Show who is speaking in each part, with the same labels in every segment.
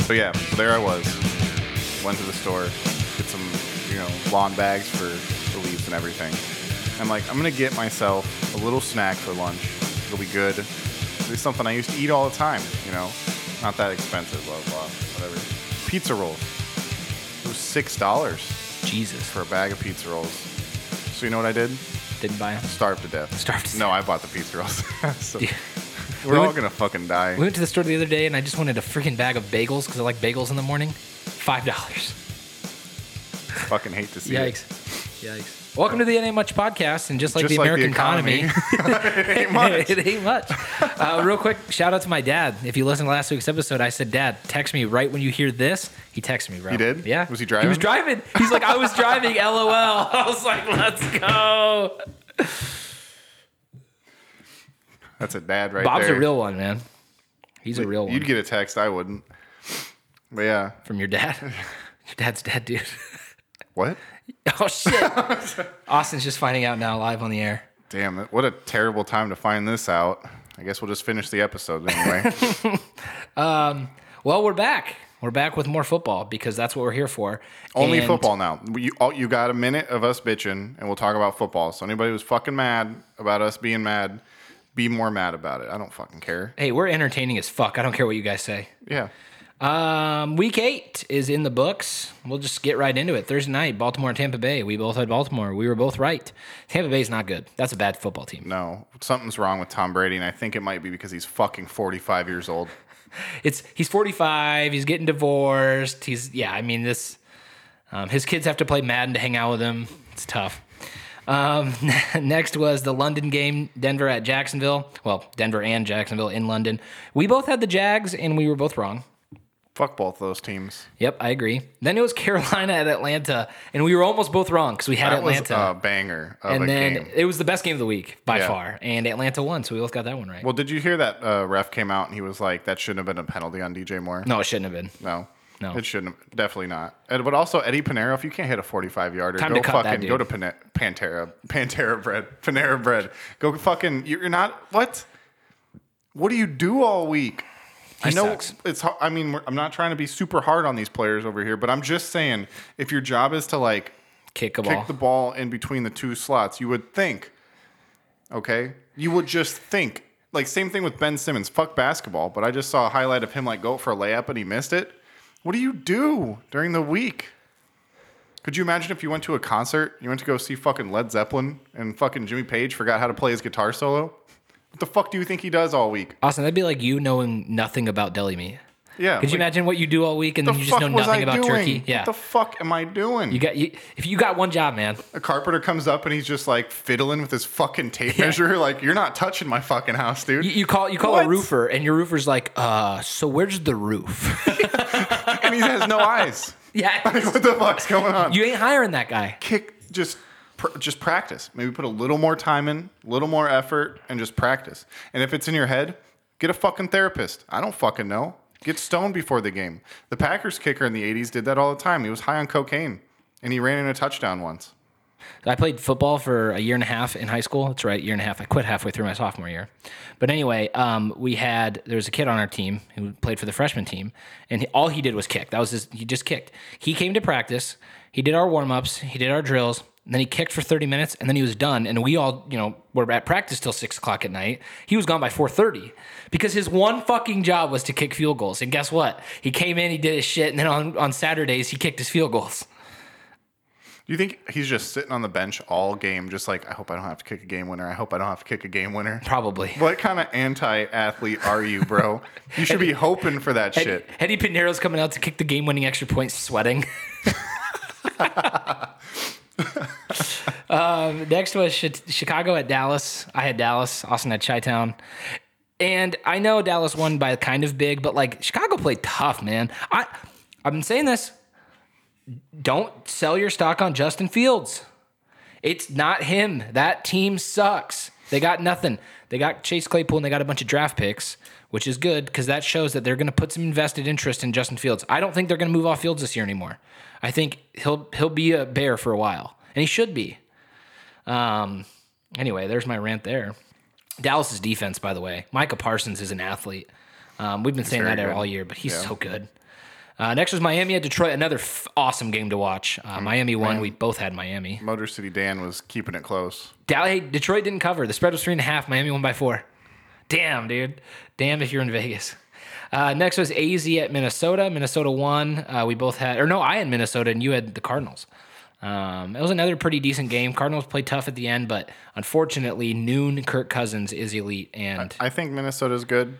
Speaker 1: So yeah, so there I was. Went to the store, get some, you know, lawn bags for the leaves and everything. I'm like, I'm gonna get myself a little snack for lunch. It'll be good. It'll be something I used to eat all the time, you know. Not that expensive, blah blah, whatever. Pizza rolls. It was six dollars
Speaker 2: Jesus.
Speaker 1: for a bag of pizza rolls. So you know what I did?
Speaker 2: Didn't buy them.
Speaker 1: Starved to death.
Speaker 2: Starved to
Speaker 1: No, I bought the pizza rolls. so
Speaker 2: Yeah.
Speaker 1: we're
Speaker 2: We
Speaker 1: all
Speaker 2: went-
Speaker 1: gonna fucking die.
Speaker 2: We went to the store the other day and I just wanted a freaking bag of bagels because I like bagels in the morning. Five dollars.
Speaker 1: fucking hate to see it.
Speaker 2: Yikes. Yikes. Welcome to the NA Much podcast. And just like
Speaker 1: Just
Speaker 2: the
Speaker 1: like the
Speaker 2: American
Speaker 1: economy.
Speaker 2: economy,
Speaker 1: It ain't much.
Speaker 2: it ain't much. Uh, real quick, shout out to my dad. If you listened to last week's episode, I said, Dad, text me right when you hear this. He texted me, bro.
Speaker 1: He did?
Speaker 2: Yeah.
Speaker 1: Was he
Speaker 2: He
Speaker 1: driving?
Speaker 2: was driving. He's like, I was driving, LOL. I was like, let's go.
Speaker 1: That's a dad right
Speaker 2: Bob's
Speaker 1: there.
Speaker 2: a real one, man. He's a real one.
Speaker 1: You'd get a text. I wouldn't. But yeah.
Speaker 2: From your dad. Your dad's dead, dude.
Speaker 1: What?
Speaker 2: oh, shit. Austin's just finding out now live on the air.
Speaker 1: Damn it. What a terrible time to find this out. I guess we'll just finish the episode anyway.
Speaker 2: Well, we're back. We're back with more football because that's what we're here for.
Speaker 1: Only
Speaker 2: And-
Speaker 1: football now. You, all, you got a minute of us bitching, and we'll talk about football. So anybody who's fucking mad about us being mad, be more mad about it. I don't fucking care.
Speaker 2: Hey, we're entertaining as fuck. I don't care what you guys say.
Speaker 1: Yeah.
Speaker 2: Um, week eight is in the books. We'll just get right into it. Thursday night, Baltimore and Tampa Bay. We both had Baltimore. We were both right. Tampa Bay's not good. That's a bad football team.
Speaker 1: No. Something's wrong with Tom Brady, and I think it might be because he's fucking 45 years old.
Speaker 2: It's he's forty five. He's getting divorced. He's yeah. I mean this. Um, his kids have to play Madden to hang out with him. It's tough. Um, next was the London game, Denver at Jacksonville. Well, Denver and Jacksonville in London. We both had the Jags, and we were both wrong.
Speaker 1: Fuck both those teams.
Speaker 2: Yep, I agree. Then it was Carolina at Atlanta, and we were almost both wrong because we had
Speaker 1: That
Speaker 2: Atlanta.
Speaker 1: was a banger of a
Speaker 2: and then
Speaker 1: game.
Speaker 2: it was the best game of the week by
Speaker 1: Yeah.
Speaker 2: far, and Atlanta won, so we both got that one right.
Speaker 1: Well, did you hear that uh, ref came out and he was like, "That shouldn't have been a penalty on DJ Moore."
Speaker 2: no, it shouldn't have been.
Speaker 1: no,
Speaker 2: No.
Speaker 1: it shouldn't. Have, definitely not. And, but also, Eddie Panero, if you can't hit a forty-five yarder,
Speaker 2: Time
Speaker 1: go
Speaker 2: to cut that
Speaker 1: fucking
Speaker 2: dude.
Speaker 1: go to Pan- Pantera, Pantera bread, Panera bread. Go fucking. You're not what? What do you do all week? I
Speaker 2: He
Speaker 1: know
Speaker 2: sucks.
Speaker 1: it's. har- I mean, we're- I'm not trying to be super hard on these players over here, but I'm just saying, if your job is to like
Speaker 2: Kick a
Speaker 1: kick
Speaker 2: ball.
Speaker 1: the ball in between the two slots, you would think, okay, you would just think. Like same thing with Ben Simmons. Fuck basketball, but I just saw a highlight of him like go for a layup and he missed it. What do you do during the week? Could you imagine if you went to a concert, you went to go see fucking Led Zeppelin and fucking Jimmy Page forgot how to play his guitar solo? What the fuck do you think he does all week?
Speaker 2: Austin, that'd be like you knowing nothing about deli meat.
Speaker 1: Yeah.
Speaker 2: Could you
Speaker 1: like,
Speaker 2: imagine what you do all week and then you just know nothing about turkey? Yeah.
Speaker 1: What the fuck am I doing?
Speaker 2: you got you, if you got one job, man.
Speaker 1: a carpenter comes up and he's just like fiddling with his fucking tape measure. Like, you're not touching my fucking house, dude.
Speaker 2: You, you call you call
Speaker 1: What?
Speaker 2: a roofer and your roofer's like, uh, so where's the roof?
Speaker 1: and he has no eyes.
Speaker 2: yeah.
Speaker 1: what the fuck's going on?
Speaker 2: You ain't hiring that guy.
Speaker 1: kick just pr- just practice. Maybe put a little more time in, a little more effort, and just practice. And if it's in your head, get a fucking therapist. I don't fucking know. Get stoned before the game. The Packers kicker in the '80s did that all the time. He was high on cocaine, and he ran in a touchdown once.
Speaker 2: I played football for a year and a half in high school. That's right, year and a half. I quit halfway through my sophomore year. But anyway, um, we had there was a kid on our team who played for the freshman team, and he, all he did was kick. That was his. He just kicked. He came to practice. He did our warm ups. He did our drills. And then he kicked for 30 minutes, and then he was done. And we all, you know, were at practice till six o'clock at night. He was gone by 4:30 because his one fucking job was to kick field goals. And guess what? He came in, he did his shit, and then on on Saturdays he kicked his field goals.
Speaker 1: Do you think he's just sitting on the bench all game, just like I hope I don't have to kick a game winner. I hope I don't have to kick a game winner.
Speaker 2: Probably.
Speaker 1: What kind of anti-athlete are you, bro? You should be hoping for that
Speaker 2: Eddie,
Speaker 1: shit.
Speaker 2: Eddie Pinero's coming out to kick the game-winning extra point, sweating. um, next was Chi- Chicago at Dallas. I had Dallas. Austin had Chi-Town. And I know Dallas won by kind of big, but like Chicago played tough, man. I I'm saying this. Don't sell your stock on Justin Fields. It's not him. That team sucks. They got nothing. They got Chase Claypool and they got a bunch of draft picks, which is good because that shows that they're going to put some invested interest in Justin Fields. I don't think they're going to move off Fields this year anymore. I think he'll he'll be a bear for a while, and he should be. Um. Anyway, there's my rant there. Dallas's defense, by the way, Micah Parsons is an athlete. Um, we've been saying that
Speaker 1: very good.
Speaker 2: all year, but he's so good. Uh, next was Miami at Detroit. Another f- awesome game to watch.
Speaker 1: Mm-hmm.
Speaker 2: Uh, Miami won. We both had Miami.
Speaker 1: Motor City Dan was keeping it close.
Speaker 2: Dally, hey, Detroit didn't cover. The spread was three and a half. Miami won by four. Damn, dude. Damn if you're in Vegas. Uh, next was AZ at Minnesota. Minnesota won. Uh, we both had, or no, I had Minnesota and you had the Cardinals. Um, it was another pretty decent game. Cardinals played tough at the end, but unfortunately, noon Kirk Cousins is elite, and
Speaker 1: I think Minnesota's good.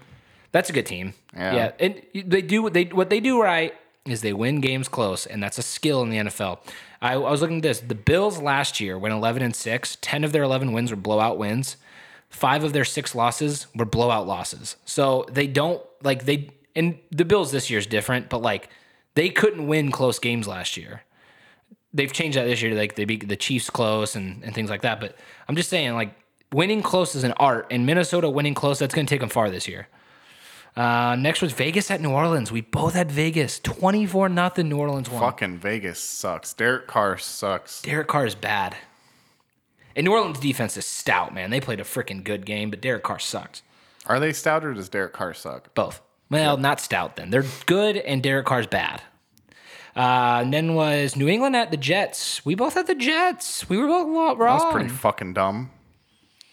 Speaker 2: that's a good team.
Speaker 1: Yeah.
Speaker 2: yeah, and they do what they what they do right is they win games close, and that's a skill in the NFL. I, I was looking at this. The Bills last year went eleven and six. Ten of their eleven wins were blowout wins. Five of their six losses were blowout losses. So they don't like they and the Bills this year is different, but like they couldn't win close games last year. They've changed that this year. Like they beat the Chiefs close and, and things like that. But I'm just saying, like winning close is an art, and Minnesota winning close that's going to take them far this year. Uh, next was Vegas at New Orleans. We both had Vegas. 24 nothing New Orleans won.
Speaker 1: Fucking Vegas sucks. Derek Carr sucks.
Speaker 2: Derek Carr is bad. And New Orleans defense is stout, man. They played a freaking good game, but Derek Carr sucks.
Speaker 1: Are they stout or does Derek Carr suck?
Speaker 2: Both. Well, not stout then. They're good and Derek Carr's bad. Uh, and then was New England at the Jets. We both had the Jets. We were both wrong.
Speaker 1: That's pretty fucking dumb.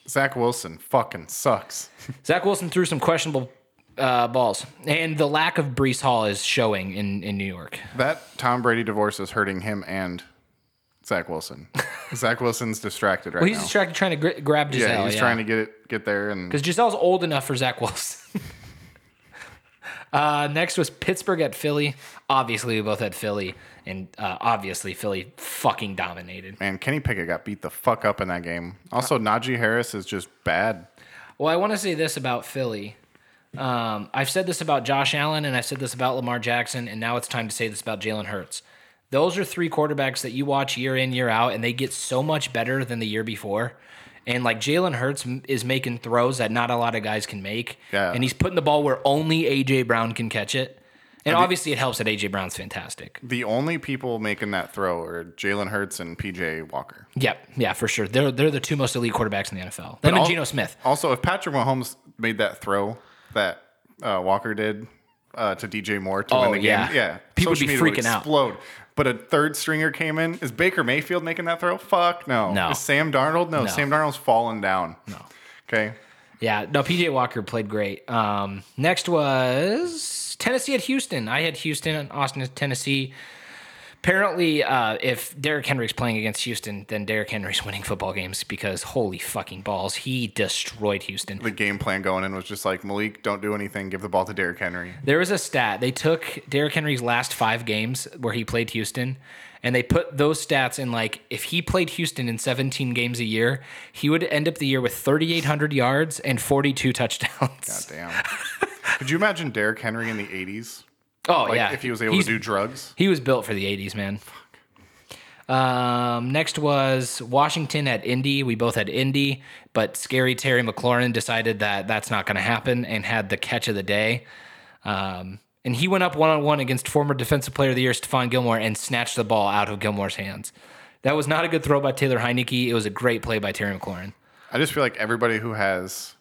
Speaker 1: Zach Wilson fucking sucks.
Speaker 2: Zach Wilson threw some questionable uh, balls. And the lack of Brees Hall is showing in, in New York.
Speaker 1: That Tom Brady divorce is hurting him and Zach Wilson. Zach Wilson's distracted right
Speaker 2: Well, he's
Speaker 1: now.
Speaker 2: distracted trying to gri- grab Giselle.
Speaker 1: yeah, he's
Speaker 2: yeah.
Speaker 1: trying to get it, get there, and
Speaker 2: because Giselle's old enough for Zach Wilson. uh, next was Pittsburgh at Philly. Obviously, we both had Philly, and uh, obviously Philly fucking dominated.
Speaker 1: man, Kenny Pickett got beat the fuck up in that game.
Speaker 2: Uh,
Speaker 1: Also, Najee Harris is just bad.
Speaker 2: Well, I want to say this about Philly. Um, I've said this about Josh Allen, and I've said this about Lamar Jackson, and now it's time to say this about Jalen Hurts. Those are three quarterbacks that you watch year in, year out, and they get so much better than the year before. And like Jalen Hurts m- is making throws that not a lot of guys can make.
Speaker 1: Yeah.
Speaker 2: And he's putting the ball where only AJ Brown can catch it. And obviously, it helps that AJ Brown's fantastic.
Speaker 1: The only people making that throw are Jalen Hurts and PJ Walker.
Speaker 2: Yep, yeah, for sure. They're they're the two most elite quarterbacks in the NFL. Them and
Speaker 1: al-
Speaker 2: Geno Smith.
Speaker 1: Also, if Patrick Mahomes made that throw that uh, Walker did uh, to DJ Moore to win
Speaker 2: Oh,
Speaker 1: the game,
Speaker 2: yeah.
Speaker 1: yeah,
Speaker 2: People would
Speaker 1: social
Speaker 2: be
Speaker 1: media
Speaker 2: freaking out.
Speaker 1: explode. But a third stringer came in. Is Baker Mayfield making that throw? Fuck no.
Speaker 2: No.
Speaker 1: Is Sam Darnold? No. Sam Darnold's fallen down. No. Okay.
Speaker 2: Yeah, no, PJ Walker played great. Um, next was Tennessee at Houston. I had Houston and Austin, Tennessee. Apparently, uh, if Derrick Henry's playing against Houston, then Derrick Henry's winning football games because holy fucking balls, he destroyed Houston.
Speaker 1: The game plan going in was just like Malik, don't do anything. Give the ball to Derrick Henry.
Speaker 2: There was a stat. They took Derrick Henry's last five games where he played Houston, and they put those stats in like if he played Houston in 17 games a year, he would end up the year with 3,800 yards and 42 touchdowns.
Speaker 1: Damn. Could you imagine Derrick Henry in the '80s?
Speaker 2: Oh,
Speaker 1: Like
Speaker 2: yeah.
Speaker 1: if he was able
Speaker 2: He's-
Speaker 1: to do drugs.
Speaker 2: He was built for the 80s, man. Um, next was Washington at Indy. We both had Indy, but scary Terry McLaurin decided that that's not going to happen and had the catch of the day. Um, and he went up one on one against former Defensive Player of the Year Stephon Gilmore and snatched the ball out of Gilmore's hands. That was not a good throw by Taylor Heineke. It was a great play by Terry McLaurin.
Speaker 1: I just feel like everybody who has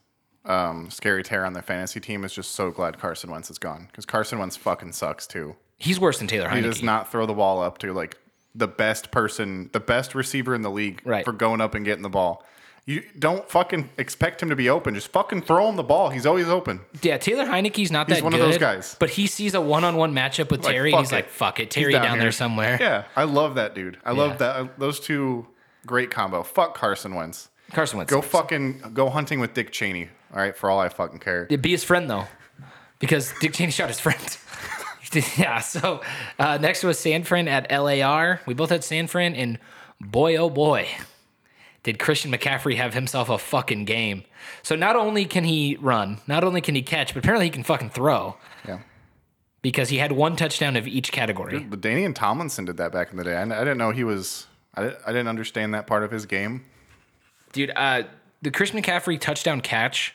Speaker 1: um, scary tear on their fantasy team is just so glad Carson Wentz is gone because Carson Wentz fucking sucks too.
Speaker 2: He's worse than Taylor
Speaker 1: He
Speaker 2: Heineke.
Speaker 1: does not throw the ball up to like the best person, the best receiver in the league
Speaker 2: Right.
Speaker 1: for going up and getting the ball. You don't fucking expect him to be open. Just fucking throw him the ball. He's always open.
Speaker 2: Yeah, Taylor Heineke's not that
Speaker 1: one of
Speaker 2: good,
Speaker 1: those guys.
Speaker 2: But he sees a one-on-one matchup with Terry, and
Speaker 1: fuck
Speaker 2: he's
Speaker 1: it.
Speaker 2: like, "Fuck it, Terry
Speaker 1: down
Speaker 2: down, there
Speaker 1: here."
Speaker 2: somewhere."
Speaker 1: Yeah, I love that dude. I
Speaker 2: Yeah.
Speaker 1: love that. uh, Those two great combo. Fuck Carson Wentz.
Speaker 2: Carson Wentz.
Speaker 1: Go
Speaker 2: sucks.
Speaker 1: fucking go hunting with Dick Cheney. All right, for all I fucking care.
Speaker 2: Yeah, be his friend though, because Dick Cheney shot his friend. yeah. So uh, next was San Fran at LAR. We both had San Fran, and boy, oh boy, did Christian McCaffrey have himself a fucking game. So not only can he run, not only can he catch, but apparently he can fucking throw
Speaker 1: Yeah.
Speaker 2: because he had one touchdown of each category.
Speaker 1: But Danny and Tomlinson did that back in the day. I, I didn't know he was. I, di- I didn't understand that part of his game.
Speaker 2: Dude, uh, the Christian McCaffrey touchdown catch.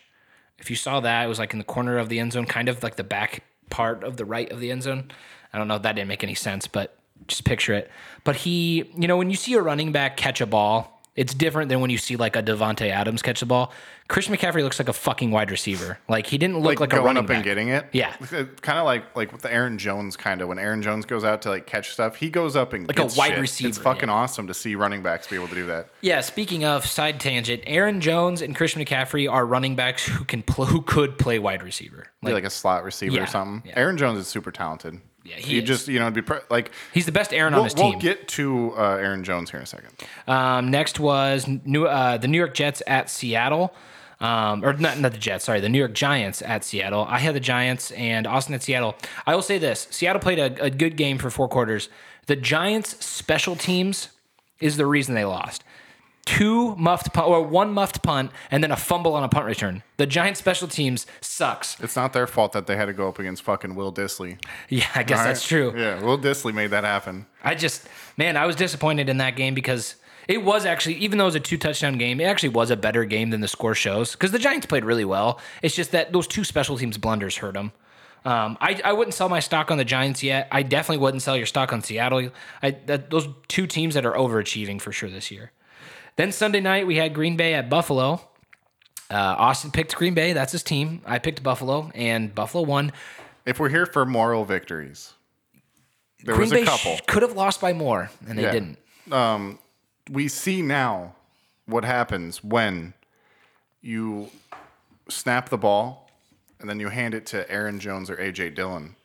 Speaker 2: If you saw that, it was like in the corner of the end zone, kind of like the back part of the right of the end zone. I don't know if that didn't make any sense, but just picture it. But he, you know, when you see a running back catch a ball, It's different than when you see like a Devonte Adams catch the ball. Christian McCaffrey looks like a fucking wide receiver. Like he didn't look like, a
Speaker 1: going
Speaker 2: running
Speaker 1: up
Speaker 2: back.
Speaker 1: and getting it.
Speaker 2: Yeah.
Speaker 1: kind of like like with the Aaron Jones kind of when Aaron Jones goes out to like catch stuff, he goes up and like
Speaker 2: a
Speaker 1: gets
Speaker 2: wide
Speaker 1: shit.
Speaker 2: receiver,
Speaker 1: It's fucking awesome to see running backs be able to do that.
Speaker 2: Yeah, speaking of side tangent, Aaron Jones and Christian McCaffrey are running backs who can pl- who could play wide receiver.
Speaker 1: Be
Speaker 2: Like,
Speaker 1: like a slot receiver
Speaker 2: Yeah,
Speaker 1: or something.
Speaker 2: yeah.
Speaker 1: Aaron Jones is super talented.
Speaker 2: Yeah, he
Speaker 1: you
Speaker 2: is.
Speaker 1: just you know be pre- like
Speaker 2: he's the best Aaron on
Speaker 1: we'll,
Speaker 2: his
Speaker 1: we'll
Speaker 2: team.
Speaker 1: get to uh, Aaron Jones here in a second.
Speaker 2: um, next was New, uh, the New York Jets at Seattle. Um, or not, not the Jets, sorry, the New York Giants at Seattle. I had the Giants and Austin at Seattle. I will say this Seattle played a, a good game for four quarters. The Giants' special teams is the reason they lost. Two muffed punt, or one muffed punt, and then a fumble on a punt return. The Giants' special teams sucks.
Speaker 1: It's not their fault that they had to go up against fucking Will Disley.
Speaker 2: Yeah, I guess that's
Speaker 1: Right?
Speaker 2: true.
Speaker 1: Yeah, Will Disley made that happen.
Speaker 2: I just, man, I was disappointed in that game because it was actually, even though it was a two touchdown game, it actually was a better game than the score shows because the Giants played really well. It's just that those two special teams blunders hurt them. Um, I, I wouldn't sell my stock on the Giants yet. I definitely wouldn't sell your stock on Seattle. I, that, those two teams that are overachieving for sure this year. Then Sunday night, we had Green Bay at Buffalo. Uh, Austin picked Green Bay. That's his team. I picked Buffalo, and Buffalo won.
Speaker 1: If we're here for moral victories, there
Speaker 2: Green
Speaker 1: was a
Speaker 2: Bay sh-
Speaker 1: couple.
Speaker 2: could have lost by more, and they
Speaker 1: Yeah.
Speaker 2: didn't.
Speaker 1: we see now what happens when you snap the ball and then you hand it to Aaron Jones or AJ Dillon.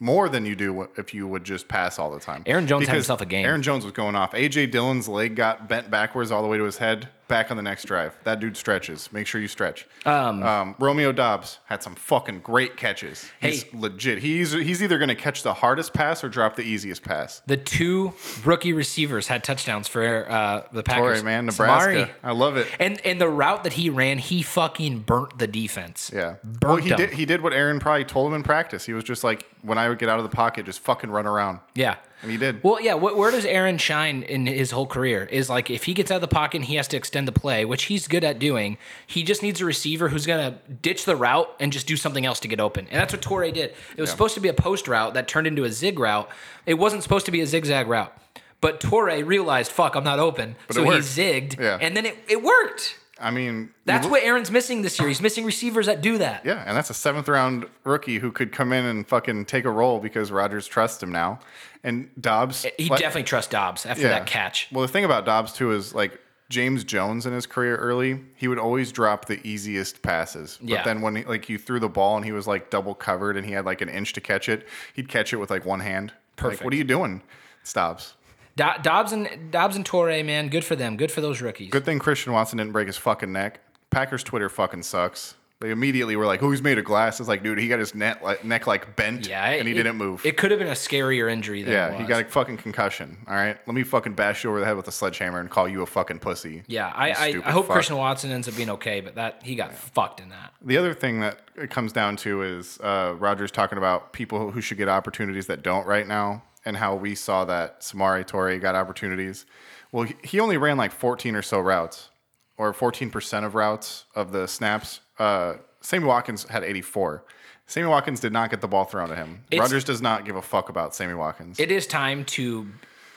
Speaker 1: More than you do if you would just pass all the time.
Speaker 2: Aaron Jones had himself a game.
Speaker 1: Aaron Jones was going off. AJ Dillon's leg got bent backwards all the way to his head. Back on the next drive, that dude stretches. Make sure you stretch. Um, Romeo Dobbs had some fucking great catches. He's
Speaker 2: Hey.
Speaker 1: legit. He's he's either going to catch the hardest pass or drop the easiest pass.
Speaker 2: The two rookie receivers had touchdowns for uh, the
Speaker 1: All
Speaker 2: Packers.
Speaker 1: right, man, Nebraska.
Speaker 2: Samari.
Speaker 1: I love it.
Speaker 2: And and the route that he ran, he fucking burnt the defense.
Speaker 1: Yeah. well,
Speaker 2: Burnt
Speaker 1: he
Speaker 2: them.
Speaker 1: did he did what Aaron probably told him in practice. He was just like, when I would get out of the pocket, just fucking run around.
Speaker 2: Yeah.
Speaker 1: And he did.
Speaker 2: Well, yeah. What, where does Aaron shine in his whole career? Is like if he gets out of the pocket and he has to extend the play, which he's good at doing. He just needs a receiver who's gonna ditch the route and just do something else to get open. And that's what Torrey did. It was supposed to be a post route that turned into a zig route. It wasn't supposed to be a zigzag route. But Torrey realized, fuck, I'm not open.
Speaker 1: it
Speaker 2: so he
Speaker 1: worked.
Speaker 2: zigged,
Speaker 1: Yeah.
Speaker 2: and then it, it worked.
Speaker 1: I mean,
Speaker 2: That's
Speaker 1: you-
Speaker 2: what Aaron's missing this year. He's missing receivers that do that.
Speaker 1: Mm-hmm. Yeah, and that's a seventh round rookie who could come in and fucking take a role because Rodgers trusts him now. And Dobbs,
Speaker 2: He
Speaker 1: like-
Speaker 2: definitely trusts Dobbs after
Speaker 1: yeah.
Speaker 2: that catch.
Speaker 1: Well, the thing about Dobbs too is like James Jones in his career early, he would always drop the easiest passes. But
Speaker 2: Yeah.
Speaker 1: then when he, like you threw the ball and he was like double covered and he had like an inch to catch it, he'd catch it with like one hand. Perfect. what are you doing? Stops.
Speaker 2: Do- Dobbs and Dobbs and Torre, man, good for them. Good for those rookies.
Speaker 1: Good thing Christian Watson didn't break his fucking neck. Packers Twitter fucking sucks. They immediately were like, "Oh, he's made of glass." It's like, dude, he got his net, like, neck like bent,
Speaker 2: Yeah, it-
Speaker 1: and he
Speaker 2: it-
Speaker 1: didn't move.
Speaker 2: It could have been a scarier injury than it
Speaker 1: yeah,
Speaker 2: was.
Speaker 1: he got a fucking concussion. All right, let me fucking bash you over the head with a sledgehammer and call you a fucking pussy.
Speaker 2: yeah, I,
Speaker 1: You
Speaker 2: I,
Speaker 1: stupid
Speaker 2: I hope
Speaker 1: fuck.
Speaker 2: Christian Watson ends up being okay, but that he got fucked in that.
Speaker 1: The other thing that it comes down to is uh, Rogers talking about people who should get opportunities that don't right now, and how we saw that Samari Torre got opportunities. Well, he- he only ran like 14 or so routes, or 14% of routes of the snaps. Uh, Sammy Watkins had 84. Sammy Watkins did not get the ball thrown to him. Rogers does not give a fuck about Sammy Watkins.
Speaker 2: It is time to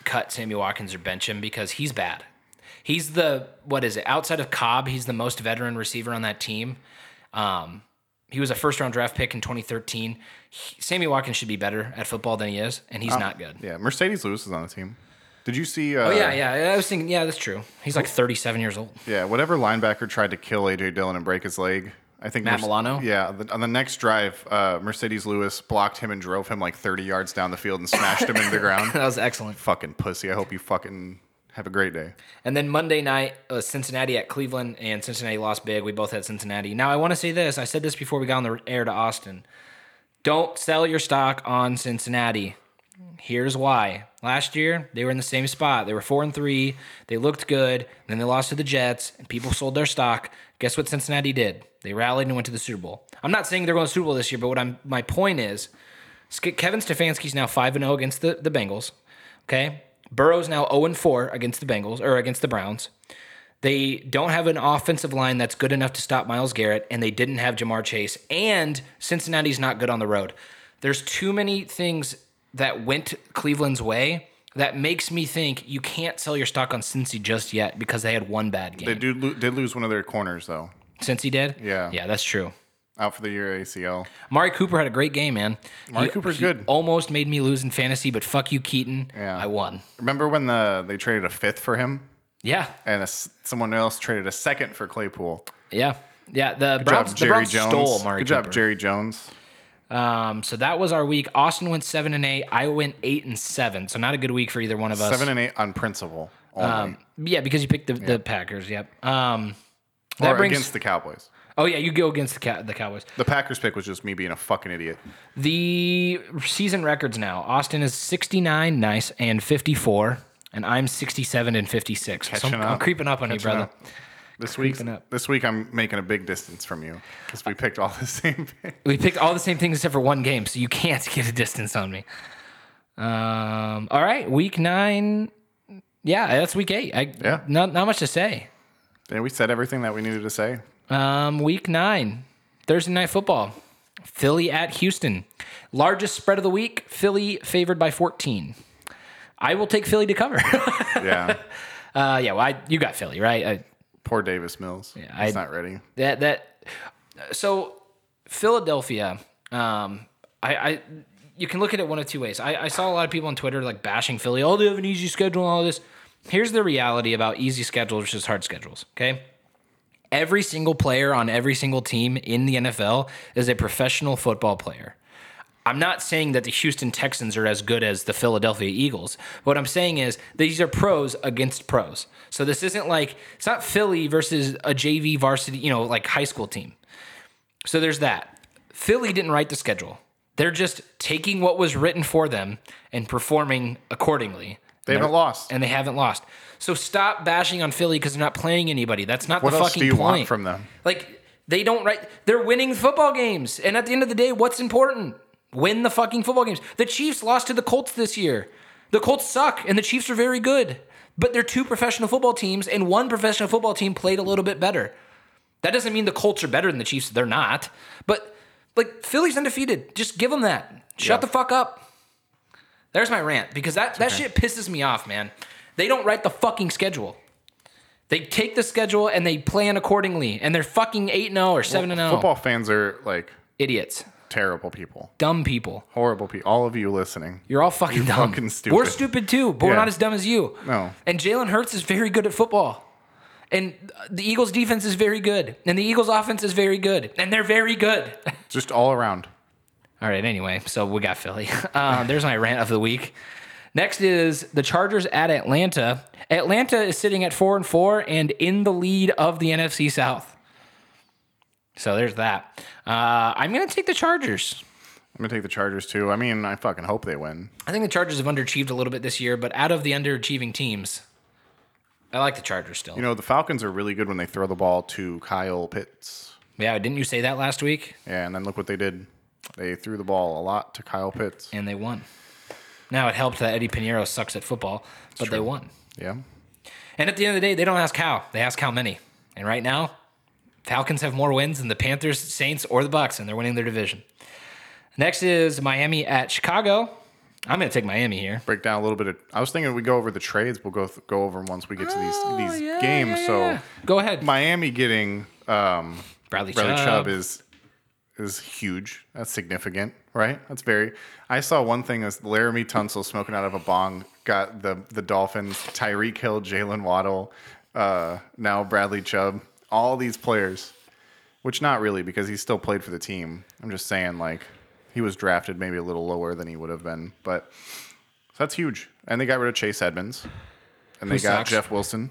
Speaker 2: cut Sammy Watkins or bench him because he's bad. He's the what is it? Outside of Cobb, he's the most veteran receiver on that team. Um, he was a first round draft pick in 2013. He- Sammy Watkins should be better at football than he is, and he's not good.
Speaker 1: yeah, Mercedes Lewis is on the team. Did you see? Uh,
Speaker 2: Oh yeah, yeah. I was thinking, yeah, that's true. He's like 37 years old.
Speaker 1: Yeah, whatever linebacker tried to kill AJ Dillon and break his leg. I think
Speaker 2: Matt Milano?
Speaker 1: Yeah, the, on the next drive, uh, Mercedes Lewis blocked him and drove him like 30 yards down the field and smashed him into the ground.
Speaker 2: That was excellent.
Speaker 1: Fucking pussy. I hope you fucking have a great day.
Speaker 2: And then Monday night, uh, Cincinnati at Cleveland, and Cincinnati lost big. We both had Cincinnati. Now, I want to say this. I said this before we got on the air to Austin. Don't sell your stock on Cincinnati. Here's why. Last year, they were in the same spot. They were four and three. They looked good. Then they lost to the Jets, and people sold their stock. Guess what Cincinnati did? They rallied and went to the Super Bowl. I'm not saying they're going to the Super Bowl this year, but what I'm my point is, Sk- Kevin Stefanski's now 5 and 0 against the, the Bengals. Okay. Burrow's now 0 and 4 against the Bengals or against the Browns. They don't have an offensive line that's good enough to stop Miles Garrett, and they didn't have Jamar Chase, and Cincinnati's not good on the road. There's too many things that went Cleveland's way that makes me think you can't sell your stock on Cincy just yet because they had one bad game.
Speaker 1: They do, lo- did lose one of their corners, though,
Speaker 2: Cincy did?
Speaker 1: Yeah.
Speaker 2: Yeah, that's true.
Speaker 1: out for the year ACL.
Speaker 2: Mari Cooper had a great game, man.
Speaker 1: Amari Cooper's good.
Speaker 2: Almost made me lose in fantasy, but fuck you, Keaton.
Speaker 1: Yeah.
Speaker 2: I won.
Speaker 1: Remember when the they traded a fifth for him
Speaker 2: Yeah.
Speaker 1: and a s someone else traded a second for Claypool?
Speaker 2: Yeah. Yeah. The
Speaker 1: Good job,
Speaker 2: Browns, the
Speaker 1: Jerry
Speaker 2: Browns
Speaker 1: Jones.
Speaker 2: stole Mari
Speaker 1: Good
Speaker 2: Cooper.
Speaker 1: job, Jerry Jones.
Speaker 2: Um, so that was our week. Austin went seven and eight. I went eight and seven. So not a good week for either one of us.
Speaker 1: Seven and eight on principle. Only.
Speaker 2: Um, yeah, because you picked the, the Packers. Yep. Um,
Speaker 1: or
Speaker 2: that brings.
Speaker 1: against the Cowboys.
Speaker 2: oh yeah, you go against the Cow- the Cowboys.
Speaker 1: The Packers pick was just me being a fucking idiot.
Speaker 2: The season records now. Austin is sixty nine, nice, and fifty four, and I'm sixty seven and fifty six. So I'm,
Speaker 1: Catching
Speaker 2: I'm
Speaker 1: up.
Speaker 2: creeping up on you, brother.
Speaker 1: up. This week,
Speaker 2: up.
Speaker 1: this week I'm making a big distance from you because we picked all the same. picks.
Speaker 2: We picked all the same things except for one game, so you can't get a distance on me. Um, all right, week nine. Yeah, that's week eight. I,
Speaker 1: Yeah.
Speaker 2: Not not much to say.
Speaker 1: Yeah, we said everything that we needed to say.
Speaker 2: Um, week nine, Thursday night football, Philly at Houston. Largest spread of the week, Philly favored by 14. I will take Philly to cover. uh,
Speaker 1: Yeah,
Speaker 2: yeah, well, I, you got Philly, right? I,
Speaker 1: poor Davis Mills.
Speaker 2: I-
Speaker 1: He's not ready.
Speaker 2: that that so Philadelphia. Um, I, I you can look at it one of two ways. I, I saw a lot of people on Twitter like bashing Philly. Oh, they have an easy schedule and all this. Here's the reality about easy schedules versus hard schedules. Okay. Every single player on every single team in the NFL is a professional football player. I'm not saying that the Houston Texans are as good as the Philadelphia Eagles. What I'm saying is these are pros against pros. So this isn't like it's not Philly versus a JV varsity, you know, like high school team. So there's that. Philly didn't write the schedule. They're just taking what was written for them and performing accordingly.
Speaker 1: They haven't lost.
Speaker 2: And they haven't lost. So stop bashing on Philly because they're not playing anybody. That's not
Speaker 1: What
Speaker 2: the
Speaker 1: else
Speaker 2: fucking
Speaker 1: do you
Speaker 2: point.
Speaker 1: want from them?
Speaker 2: Like they don't write. They're winning football games, and at the end of the day, what's important? Win the fucking football games. The Chiefs lost to the Colts this year. The Colts suck, and the Chiefs are very good, but they're two professional football teams, and one professional football team played a little bit better. That doesn't mean the Colts are better than the Chiefs. They're not. But like Philly's undefeated. Just give them that. Shut the fuck up. There's my rant because that, that shit pisses me off, man. They don't write the fucking schedule. They take the schedule and they plan accordingly, and they're fucking eight and zero or seven and zero.
Speaker 1: Football fans are like
Speaker 2: Idiots,
Speaker 1: terrible people,
Speaker 2: dumb people.
Speaker 1: horrible people. All of you listening,
Speaker 2: You're all fucking dumb.
Speaker 1: fucking stupid.
Speaker 2: We're stupid too, but we're
Speaker 1: Yeah.
Speaker 2: not as dumb as you.
Speaker 1: No.
Speaker 2: And Jalen Hurts is very good at football. And the Eagles defense is very good. And the Eagles offense is very good. And they're very good.
Speaker 1: just all around.
Speaker 2: All right. Anyway, so we got Philly. Uh, there's my rant of the week. Next is the Chargers at Atlanta. Atlanta is sitting at four and four and in the lead of the NFC South. So there's that. Uh, I'm gonna take the Chargers.
Speaker 1: I'm gonna take the Chargers too. I mean, I fucking hope they win.
Speaker 2: I think the Chargers have underachieved a little bit this year, but out of the underachieving teams, I like the Chargers still.
Speaker 1: You know, the Falcons are really good when they throw the ball to Kyle Pitts.
Speaker 2: yeah, didn't you say that last week?
Speaker 1: Yeah, and then look what they did. They threw the ball a lot to Kyle Pitts.
Speaker 2: And they won. Now it helped that Eddie Pinheiro sucks at football, but they won.
Speaker 1: Yeah.
Speaker 2: And at the end of the day, they don't ask how; they ask how many. And right now, Falcons have more wins than the Panthers, Saints, or the Bucks, and they're winning their division. Next is Miami at Chicago. I'm going to take Miami here.
Speaker 1: Break down a little bit of. I was thinking we go over the trades. We'll go th- go over 'em once we get to these
Speaker 2: Oh,
Speaker 1: these games. so
Speaker 2: go ahead,
Speaker 1: Miami getting um,
Speaker 2: Bradley,
Speaker 1: Bradley
Speaker 2: Chubb.
Speaker 1: Chubb is is huge. That's significant, right? That's very. I saw one thing is Laramie Tunsil smoking out of a bong got the the Dolphins, Tyreek Hill, Jalen Waddle, uh, now Bradley Chubb, all these players. Which not really because he still played for the team. I'm just saying like he was drafted maybe a little lower than he would have been, but so that's huge. And they got rid of Chase Edmonds, and they
Speaker 2: Who
Speaker 1: got
Speaker 2: sucks.
Speaker 1: Jeff Wilson.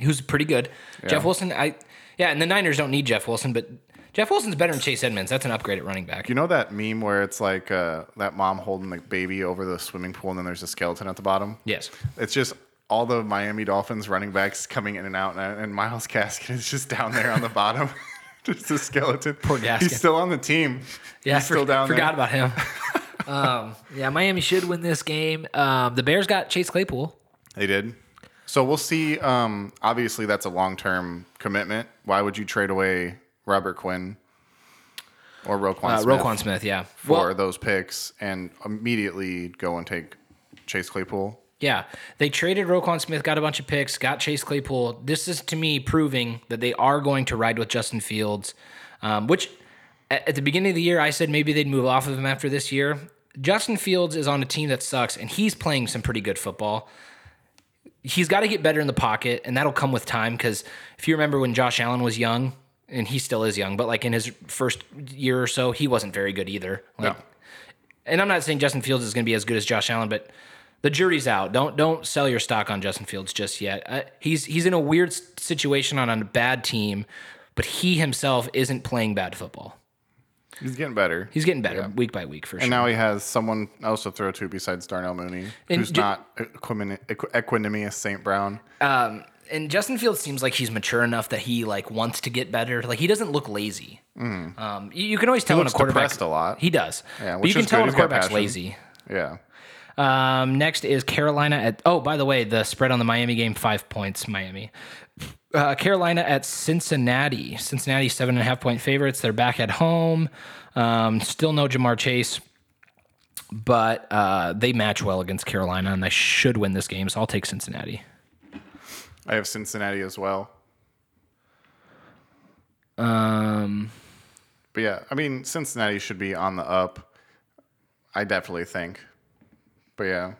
Speaker 2: who's pretty good. Jeff Wilson, I yeah, and the Niners don't need Jeff Wilson, but Jeff Wilson's better than Chase Edmonds. That's an upgrade at running back.
Speaker 1: You know that meme where it's like uh, that mom holding the baby over the swimming pool and then there's a skeleton at the bottom?
Speaker 2: Yes,
Speaker 1: It's just all the Miami Dolphins running backs coming in and out, and, and Miles Gaskin is just down there on the bottom. just a skeleton. Poor
Speaker 2: Gaskin.
Speaker 1: He's still on the team.
Speaker 2: yeah,
Speaker 1: He's
Speaker 2: for-
Speaker 1: still down
Speaker 2: forgot
Speaker 1: there.
Speaker 2: about him. um, yeah, Miami should win this game. Um, the Bears got Chase Claypool.
Speaker 1: They did. So we'll see. Um, obviously, that's a long term commitment. Why would you trade away Robert Quinn or Roquan
Speaker 2: Uh,
Speaker 1: Smith
Speaker 2: Roquan Smith, yeah.
Speaker 1: for
Speaker 2: Well,
Speaker 1: those picks and immediately go and take Chase Claypool?
Speaker 2: Yeah, they traded Roquan Smith, got a bunch of picks, got Chase Claypool. This is to me proving that they are going to ride with Justin Fields, um, which at, at the beginning of the year I said maybe they'd move off of him after this year. Justin Fields is on a team that sucks, and he's playing some pretty good football. He's got to get better in the pocket, and that'll come with time. Because if you remember when Josh Allen was young, and he still is young, but like in his first year or so, he wasn't very good either. Like,
Speaker 1: No.
Speaker 2: and I'm not saying Justin Fields is going to be as good as Josh Allen, but the jury's out. Don't don't sell your stock on Justin Fields just yet. Uh, he's he's in a weird s- situation on a bad team, but he himself isn't playing bad football.
Speaker 1: He's getting better.
Speaker 2: He's getting better week by week for sure.
Speaker 1: and now he has someone else to throw to besides Darnell Mooney,
Speaker 2: And
Speaker 1: who's
Speaker 2: ju-
Speaker 1: not equimi- equ- equanimous St. Brown.
Speaker 2: um, and Justin Fields seems like he's mature enough that he like wants to get better. Like he doesn't look lazy. Um, you, you can always tell when
Speaker 1: Mm.
Speaker 2: a
Speaker 1: looks
Speaker 2: quarterback
Speaker 1: depressed a lot.
Speaker 2: He does.
Speaker 1: Yeah,
Speaker 2: but
Speaker 1: which
Speaker 2: you can
Speaker 1: is
Speaker 2: tell
Speaker 1: good.
Speaker 2: when a
Speaker 1: He's got
Speaker 2: quarterback's
Speaker 1: passion.
Speaker 2: lazy.
Speaker 1: Yeah.
Speaker 2: Um, next is Carolina at. Oh, by the way, the spread on the Miami game five points. Miami, uh, Carolina at Cincinnati. Cincinnati seven and a half point favorites. They're back at home. Um, still no Jamar Chase, but uh, they match well against Carolina, and they should win this game. So I'll take Cincinnati.
Speaker 1: I have Cincinnati as well.
Speaker 2: Um,
Speaker 1: But yeah, I mean, Cincinnati should be on the up. I definitely think. But yeah.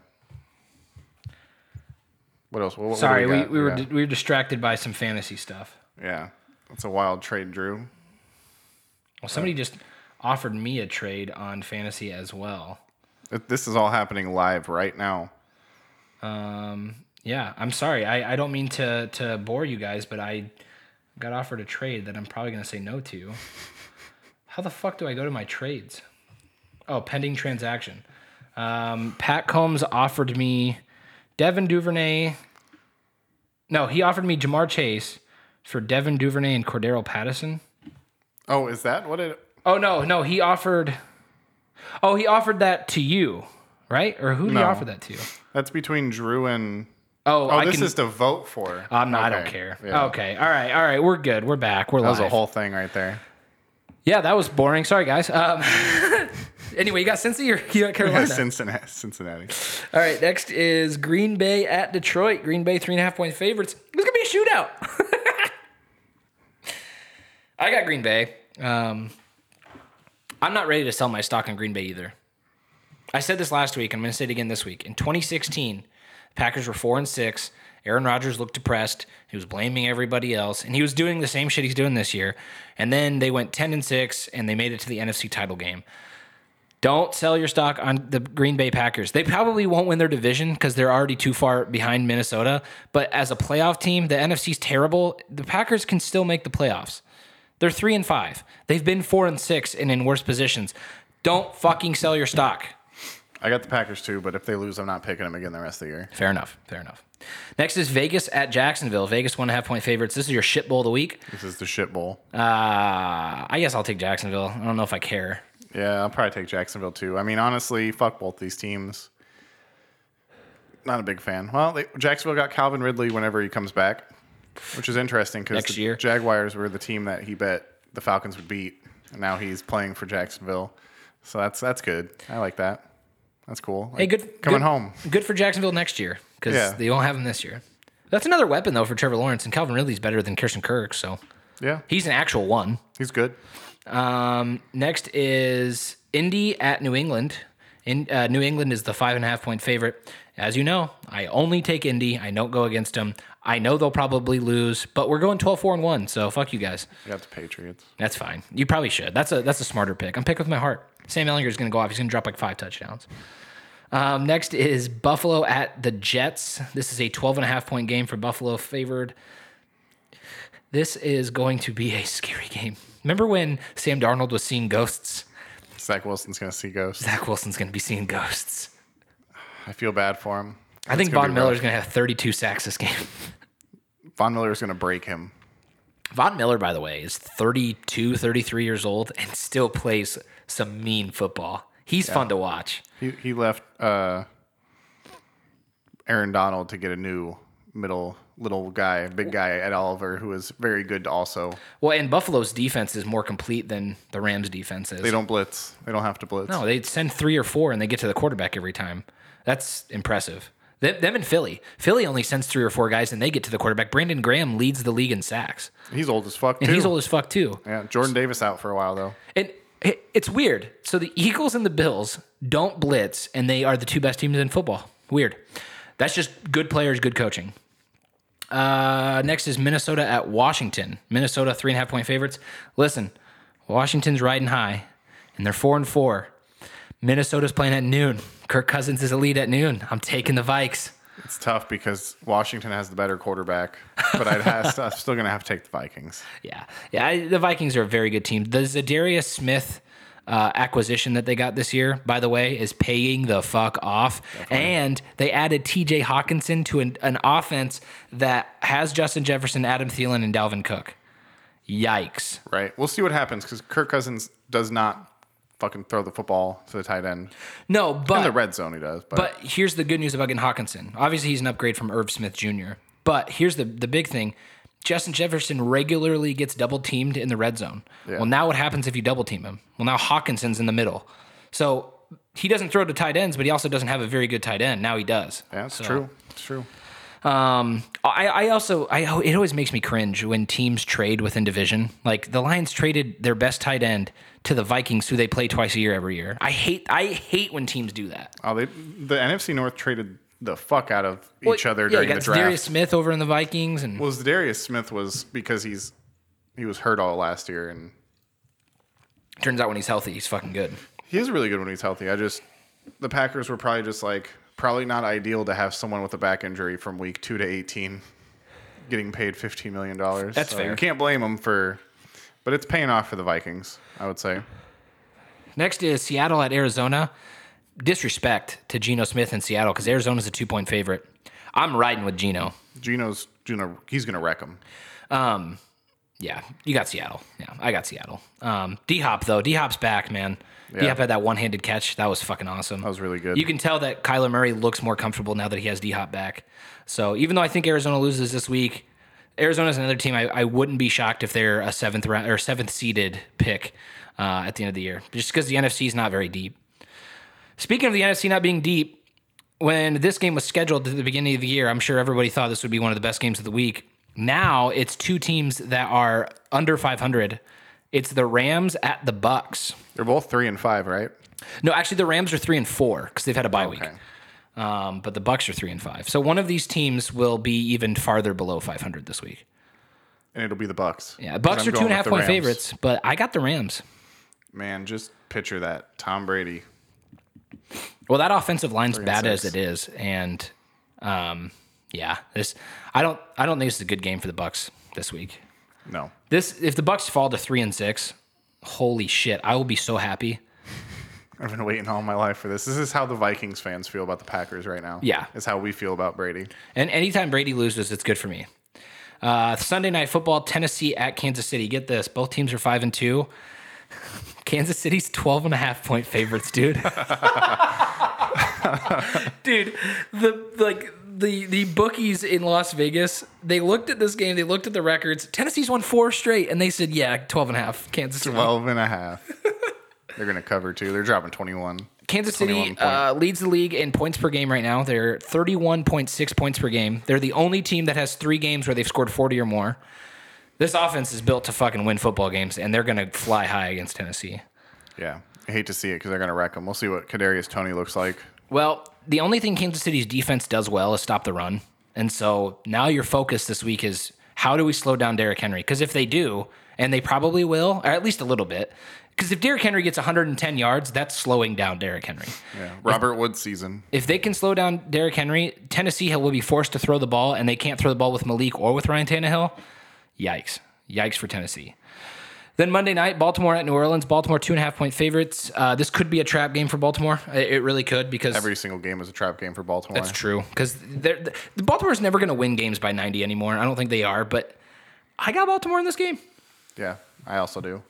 Speaker 1: What else? What, what do
Speaker 2: sorry, we,
Speaker 1: got?
Speaker 2: we were
Speaker 1: Yeah.
Speaker 2: we were distracted by some fantasy stuff.
Speaker 1: yeah. That's a wild trade, Drew.
Speaker 2: Well, somebody just offered me a trade on fantasy as well.
Speaker 1: Th- This is all happening live right now.
Speaker 2: Yeah, I'm sorry. I, I don't mean to to bore you guys, but I got offered a trade that I'm probably gonna say no to. How the fuck do I go to my trades? Oh, pending transaction. Um, Pat Combs offered me Devin Duvernay. No, he offered me Jamar Chase for Devin Duvernay and Cordero Patterson.
Speaker 1: Oh, is that what it?
Speaker 2: Oh no, no, he offered. Oh, he offered that to you, right? Or who did he offer that to?
Speaker 1: That's between Drew and.
Speaker 2: Oh,
Speaker 1: Oh,
Speaker 2: I
Speaker 1: this
Speaker 2: can.
Speaker 1: is to vote for.
Speaker 2: I'm not. I don't
Speaker 1: Okay.
Speaker 2: care.
Speaker 1: Yeah.
Speaker 2: Okay. All right. All right. We're good. We're back. We're
Speaker 1: That
Speaker 2: live.
Speaker 1: was a whole thing right there.
Speaker 2: yeah, that was boring. Sorry, guys. Um, anyway, you got Cincy or you got Carolina?
Speaker 1: Cincinnati. Cincinnati.
Speaker 2: All right. Next is Green Bay at Detroit. Green Bay three and a half point favorites. It's gonna be a shootout. I got Green Bay. Um, I'm not ready to sell my stock on Green Bay either. I said this last week. and I'm going to say it again this week. In 2016, Packers were four and six. Aaron Rodgers looked depressed. He was blaming everybody else, and he was doing the same shit he's doing this year. And then they went 10 and six, and they made it to the NFC title game. Don't sell your stock on the Green Bay Packers. They probably won't win their division because they're already too far behind Minnesota. But as a playoff team, the NFC's terrible. The Packers can still make the playoffs. They're three and five. They've been four and six and in worse positions. Don't fucking sell your stock.
Speaker 1: I got the Packers too, but if they lose, I'm not picking them again the rest of the year.
Speaker 2: Fair enough. Fair enough. Next is Vegas at Jacksonville. Vegas one and a half point favorites. This is your shit bowl of the week.
Speaker 1: This is the shit bowl.
Speaker 2: Uh, I guess I'll take Jacksonville. I don't know if I care.
Speaker 1: Yeah, I'll probably take Jacksonville too. I mean, honestly, fuck both these teams. Not a big fan. Well, they, Jacksonville got Calvin Ridley whenever he comes back, which is interesting because
Speaker 2: Next
Speaker 1: the
Speaker 2: year.
Speaker 1: Jaguars were the team that he bet the Falcons would beat, and now he's playing for Jacksonville. So that's that's good. I like that. That's cool.
Speaker 2: Hey, good
Speaker 1: coming
Speaker 2: good-
Speaker 1: home.
Speaker 2: Good for Jacksonville next year because
Speaker 1: Yeah.
Speaker 2: they don't have him this year. That's another weapon though for Trevor Lawrence and Calvin Ridley's better than Kirsten Kirk, so
Speaker 1: Yeah,
Speaker 2: he's an actual one.
Speaker 1: he's good.
Speaker 2: Um, next is Indy at New England. In, uh, New England is the five and a half point favorite. As you know, I only take Indy. I don't go against them. I know they'll probably lose, but we're going 12 4 and 1, so fuck you guys.
Speaker 1: You got the Patriots.
Speaker 2: That's fine. You probably should. That's a that's a smarter pick. I'm picking with my heart. Sam Ellinger's going to go off. He's going to drop like five touchdowns. Um, next is Buffalo at the Jets. This is a 12 and a half point game for Buffalo favored. This is going to be a scary game. Remember when Sam Darnold was seeing ghosts?
Speaker 1: Zach Wilson's gonna see ghosts.
Speaker 2: Zach Wilson's going to be seeing ghosts.
Speaker 1: I feel bad for him.
Speaker 2: I think Von Miller's going to have 32 sacks this game.
Speaker 1: Von Miller's gonna break him.
Speaker 2: Von Miller, by the way, is 32, 33 years old and still plays some mean football. He's fun to watch.
Speaker 1: He he left uh, Aaron Donald to get a new middle little guy, big guy Ed Oliver, who is very good also.
Speaker 2: Well, and Buffalo's defense is more complete than the Rams' defense is.
Speaker 1: They don't blitz. They don't have to blitz.
Speaker 2: no, they send three or four and they get to the quarterback every time. That's impressive. Them, them in Philly. Philly only sends three or four guys, and they get to the quarterback. Brandon Graham leads the league in sacks,
Speaker 1: He's old as fuck too.
Speaker 2: and he's old as fuck too.
Speaker 1: Yeah, Jordan Davis out for a while though.
Speaker 2: And it- it's weird. So the Eagles and the Bills don't blitz, and they are the two best teams in football. Weird. That's just good players, good coaching. Uh, next is Minnesota at Washington. Minnesota three and a half point favorites. Listen, Washington's riding high, and they're four and four. Minnesota's playing at noon. Kirk Cousins is a lead at noon. I'm taking the Vikes.
Speaker 1: It's tough because Washington has the better quarterback, but I'd have, I'm still gonna have to take the Vikings.
Speaker 2: Yeah, yeah. I, the Vikings are a very good team. The Zadarius Smith uh, acquisition that they got this year, by the way, is paying the fuck off. And they added T.J. Hawkinson to an, an offense that has Justin Jefferson, Adam Thielen, and Dalvin Cook. Yikes!
Speaker 1: Right. We'll see what happens because Kirk Cousins does not fucking throw the football to the tight end.
Speaker 2: No,
Speaker 1: In the
Speaker 2: but
Speaker 1: red zone, he does. But,
Speaker 2: but here's the good news about getting Hawkinson. Obviously, he's an upgrade from Irv Smith Jr. But here's the the big thing. Justin Jefferson regularly gets double teamed in the red zone. Well, now what happens if you double team him? Well, now Hawkinson's in the middle. So he doesn't throw to tight ends, but he also doesn't have a very good tight end. Now he does.
Speaker 1: yeah, it's
Speaker 2: So,
Speaker 1: true. It's true.
Speaker 2: Um, I, I also, I, it always makes me cringe when teams trade within division. Like the Lions traded their best tight end to the Vikings, who they play twice a year every year. I hate, I hate when teams do that.
Speaker 1: Oh, they the NFC North traded the fuck out of each
Speaker 2: Well,
Speaker 1: other
Speaker 2: yeah, you
Speaker 1: during
Speaker 2: got
Speaker 1: the draft.
Speaker 2: Darius Smith over in the Vikings, and
Speaker 1: Well, Darius Smith was because he's he was hurt all last year, and
Speaker 2: turns out when he's healthy, he's fucking good.
Speaker 1: he is really good when he's healthy. I just the Packers were probably just like probably not ideal to have someone with a back injury from week two to eighteen getting paid fifteen million dollars.
Speaker 2: That's fair.
Speaker 1: You can't blame them for, but it's paying off for the Vikings. I would say.
Speaker 2: Next is Seattle at Arizona. Disrespect to Geno Smith in Seattle because Arizona's a two point favorite. I'm riding with Geno.
Speaker 1: Gino's gonna he's gonna wreck him.
Speaker 2: Yeah, you got Seattle. Yeah, I got Seattle. Um, D Hop though, D Hop's back, man.
Speaker 1: Yeah.
Speaker 2: D Hop had that one handed catch. That was fucking awesome.
Speaker 1: That was really good.
Speaker 2: You can tell that Kyler Murray looks more comfortable now that he has D Hop back. So even though I think Arizona loses this week, Arizona's another team I, I wouldn't be shocked if they're a seventh round or seventh seeded pick uh, at the end of the year, just because the NFC is not very deep. Speaking of the NFC not being deep, when this game was scheduled at the beginning of the year, I'm sure everybody thought this would be one of the best games of the week. Now it's two teams that are under 500. It's the Rams at the Bucks.
Speaker 1: They're both three and five, right?
Speaker 2: No, actually, the Rams are three and four because they've had a bye
Speaker 1: Okay.
Speaker 2: week. Um, but the Bucks are three and five. So one of these teams will be even farther below 500 this week.
Speaker 1: And it'll be the Bucks.
Speaker 2: Yeah,
Speaker 1: 'Cause
Speaker 2: Bucks
Speaker 1: I'm
Speaker 2: are two
Speaker 1: going
Speaker 2: and a
Speaker 1: with
Speaker 2: half
Speaker 1: the
Speaker 2: point
Speaker 1: Rams.
Speaker 2: favorites, but I got the Rams.
Speaker 1: Man, just picture that Tom Brady.
Speaker 2: Well, that offensive line's bad
Speaker 1: six.
Speaker 2: as it is, and um, yeah, this I don't I don't think this is a good game for the Bucks this week.
Speaker 1: No,
Speaker 2: This if the Bucks fall to three and six, holy shit, I will be so happy.
Speaker 1: I've been waiting all my life for this. This is how the Vikings fans feel about the Packers right now.
Speaker 2: Yeah.
Speaker 1: It's how we feel about Brady.
Speaker 2: And anytime Brady loses, it's good for me. Uh, Sunday night football, Tennessee at Kansas City. Get this. Both teams are five and two. Kansas City's 12 and a half point favorites, dude. dude, the like the the bookies in Las Vegas, they looked at this game, they looked at the records. Tennessee's won four straight, and they said, yeah, 12 and a half. Kansas City.
Speaker 1: 12 and a half. They're going to cover two. They're dropping 21.
Speaker 2: Kansas
Speaker 1: 21
Speaker 2: City
Speaker 1: point.
Speaker 2: uh, leads the league in points per game right now. They're 31.6 points per game. They're the only team that has three games where they've scored 40 or more. This offense is built to fucking win football games, and they're going to fly high against Tennessee.
Speaker 1: Yeah. I hate to see it because they're going to wreck them. We'll see what Kadarius Tony looks like.
Speaker 2: Well, the only thing Kansas City's defense does well is stop the run. And so now your focus this week is how do we slow down Derrick Henry? Because if they do, and they probably will, or at least a little bit, because if Derrick Henry gets 110 yards, that's slowing down Derrick Henry.
Speaker 1: Yeah. Robert Woods season.
Speaker 2: if they can slow down Derrick Henry, Tennessee will be forced to throw the ball, and they can't throw the ball with Malik or with Ryan Tannehill. Yikes! Yikes for Tennessee. Then Monday night, Baltimore at New Orleans. Baltimore two and a half point favorites. Uh, this could be a trap game for Baltimore. It, it really could because
Speaker 1: Every single game is a trap game for Baltimore.
Speaker 2: that's true. Because the Baltimore's never going to win games by ninety anymore. I don't think they are. But I got Baltimore in this game.
Speaker 1: Yeah. I also do.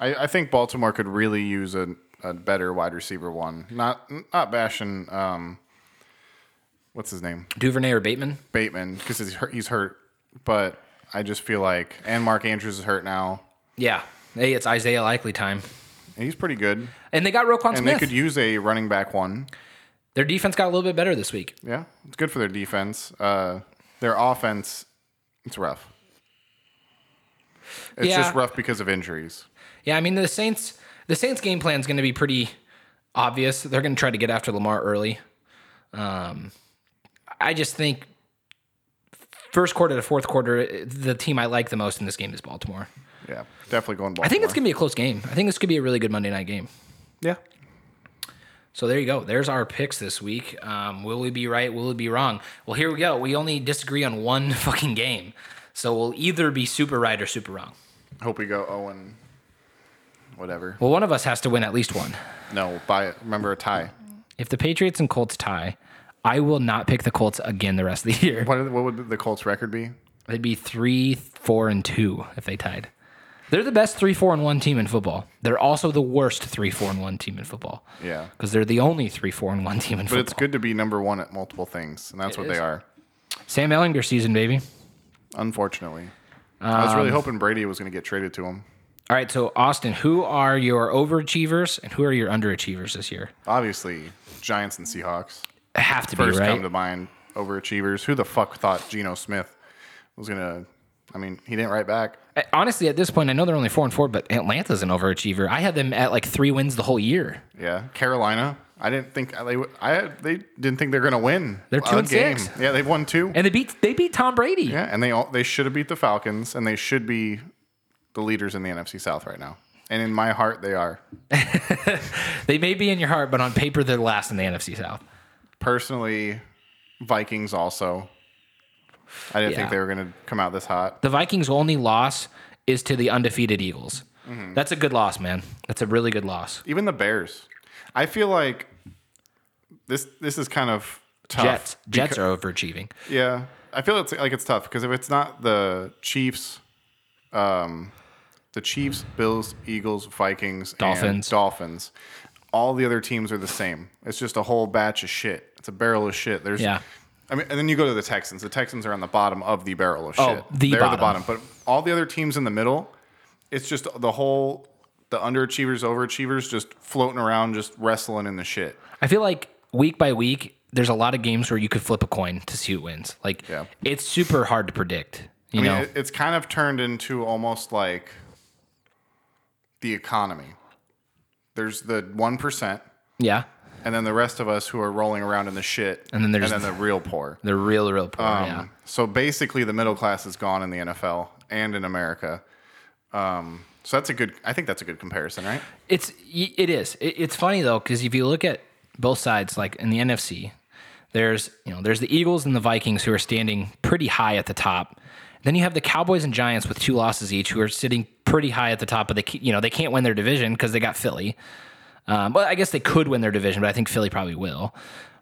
Speaker 1: I, I think Baltimore could really use a, a better wide receiver one. Not not bashing, um, what's his name?
Speaker 2: Duvernay or Bateman.
Speaker 1: Bateman because he's hurt, he's hurt. But I just feel like, and Mark Andrews is hurt now.
Speaker 2: Yeah. Hey, it's Isaiah Likely time.
Speaker 1: And he's pretty good.
Speaker 2: And they got Roquan
Speaker 1: And
Speaker 2: Smith.
Speaker 1: they could use a running back one.
Speaker 2: Their defense got a little bit better this week.
Speaker 1: Yeah, it's good for their defense. Uh, their offense, it's rough. It's
Speaker 2: Yeah.
Speaker 1: just rough because of injuries.
Speaker 2: Yeah, I mean the Saints. The Saints' game plan is going to be pretty obvious. They're going to try to get after Lamar early. Um, I just think first quarter to fourth quarter, it- the team I like the most in this game is Baltimore.
Speaker 1: Yeah, definitely going Baltimore.
Speaker 2: I think it's going to be a close game. I think this could be a really good Monday night game.
Speaker 1: yeah.
Speaker 2: So there you go. There's our picks this week. Um, will we be right? Will we be wrong? Well, here we go. We only disagree on one fucking game, so we'll either be super right or super wrong.
Speaker 1: Hope we go Owen. Whatever.
Speaker 2: Well, one of us has to win at least one.
Speaker 1: No, buy. Remember a tie.
Speaker 2: If the Patriots and Colts tie, I will not pick the Colts again the rest of the year.
Speaker 1: What, are the- what would the Colts record be?
Speaker 2: They'd be three, four, and two if they tied. They're the best three, four, and one team in football. They're also the worst three, four, and one team in football.
Speaker 1: Yeah.
Speaker 2: Because they're the only three, four, and one team in
Speaker 1: But
Speaker 2: football.
Speaker 1: it's good to be number one at multiple things, and that's what
Speaker 2: is.
Speaker 1: they are.
Speaker 2: Sam Ellinger season, baby.
Speaker 1: Unfortunately, I was
Speaker 2: Um,
Speaker 1: really hoping Brady was going to get traded to him.
Speaker 2: All right, so Austin, who are your overachievers and who are your underachievers this year?
Speaker 1: Obviously, Giants and Seahawks
Speaker 2: Have to
Speaker 1: first
Speaker 2: be right.
Speaker 1: come to mind. Overachievers. Who the fuck thought Geno Smith was going to? I mean, he didn't write back.
Speaker 2: Uh, Honestly, at this point, I know they're only four and four, but Atlanta's an overachiever. I had them at like three wins the whole year.
Speaker 1: Yeah, Carolina. I didn't think they. would- I they didn't think they're going to win.
Speaker 2: They're two
Speaker 1: a
Speaker 2: and six.
Speaker 1: Yeah, they've won two.
Speaker 2: And they beat they beat Tom Brady.
Speaker 1: Yeah, and they all they should have beat the Falcons, and they should be the leaders in the NFC South right now. And in my heart, they are.
Speaker 2: They may be in your heart, but on paper, they're last in the NFC South.
Speaker 1: Personally, Vikings also. I didn't think
Speaker 2: Yeah.
Speaker 1: they were going to come out this hot.
Speaker 2: The Vikings' only loss is to the undefeated Eagles.
Speaker 1: Mm-hmm.
Speaker 2: That's a good loss, man. That's a really good loss.
Speaker 1: Even the Bears. I feel like this this is kind of tough.
Speaker 2: Jets, Jets are overachieving.
Speaker 1: Yeah, I feel it's like it's tough because if it's not the Chiefs, um, the Chiefs, Bills, Eagles, Vikings, and
Speaker 2: Dolphins.
Speaker 1: Dolphins, all the other teams are the same. It's just a whole batch of shit. It's a barrel of shit. There's
Speaker 2: Yeah.
Speaker 1: I mean, and then you go to the Texans. The Texans are on the bottom of the barrel of shit.
Speaker 2: Oh, the
Speaker 1: They're the
Speaker 2: bottom.
Speaker 1: bottom, but all the other teams in the middle, it's just the whole the underachievers, overachievers, just floating around, just wrestling in the shit.
Speaker 2: I feel like week by week, there's a lot of games where you could flip a coin to see who wins. Like,
Speaker 1: Yeah.
Speaker 2: it's super hard to predict. You
Speaker 1: I mean,
Speaker 2: know,
Speaker 1: it, it's kind of turned into almost like the economy. There's the one percent,
Speaker 2: yeah.
Speaker 1: and then the rest of us who are rolling around in the shit,
Speaker 2: And then there's-
Speaker 1: and then the real poor.
Speaker 2: They're real, real poor.
Speaker 1: Um,
Speaker 2: yeah.
Speaker 1: So basically, the middle class is gone in the NFL and in America. Um, so that's a good. I think that's a good comparison, right?
Speaker 2: It's y- it is. It, it's funny though because if you look at both sides, like in the NFC, there's you know there's the Eagles and the Vikings who are standing pretty high at the top. Then you have the Cowboys and Giants with two losses each, who are sitting pretty high at the top. But they ca- you know they can't win their division because they got Philly. Um, well, I guess they could win their division, but I think Philly probably will.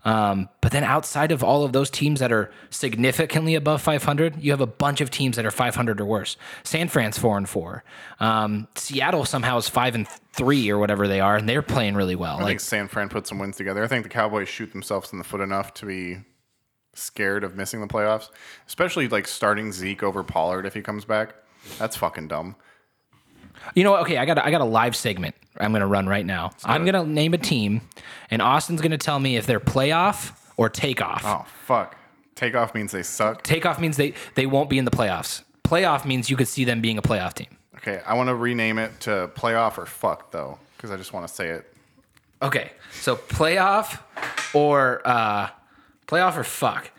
Speaker 2: Um, but then outside of all of those teams that are significantly above 500, you have a bunch of teams that are 500 or worse. San Fran's four and four. Um, Seattle somehow is five and three or whatever they are, and they're playing really well.
Speaker 1: I
Speaker 2: Like
Speaker 1: think San Fran put some wins together. I think the Cowboys shoot themselves in the foot enough to be scared of missing the playoffs, especially like starting Zeke over Pollard if he comes back. That's fucking dumb.
Speaker 2: you know, what? okay, I got a, I got a live segment I'm gonna run right now. I'm gonna name a team, and Austin's gonna tell me if they're playoff or takeoff.
Speaker 1: Oh fuck! Takeoff means they suck.
Speaker 2: Takeoff means they they won't be in the playoffs. Playoff means you could see them being a playoff team.
Speaker 1: Okay, I want to rename it to playoff or fuck though, because I just want to say it.
Speaker 2: Okay, so playoff or uh, playoff or fuck.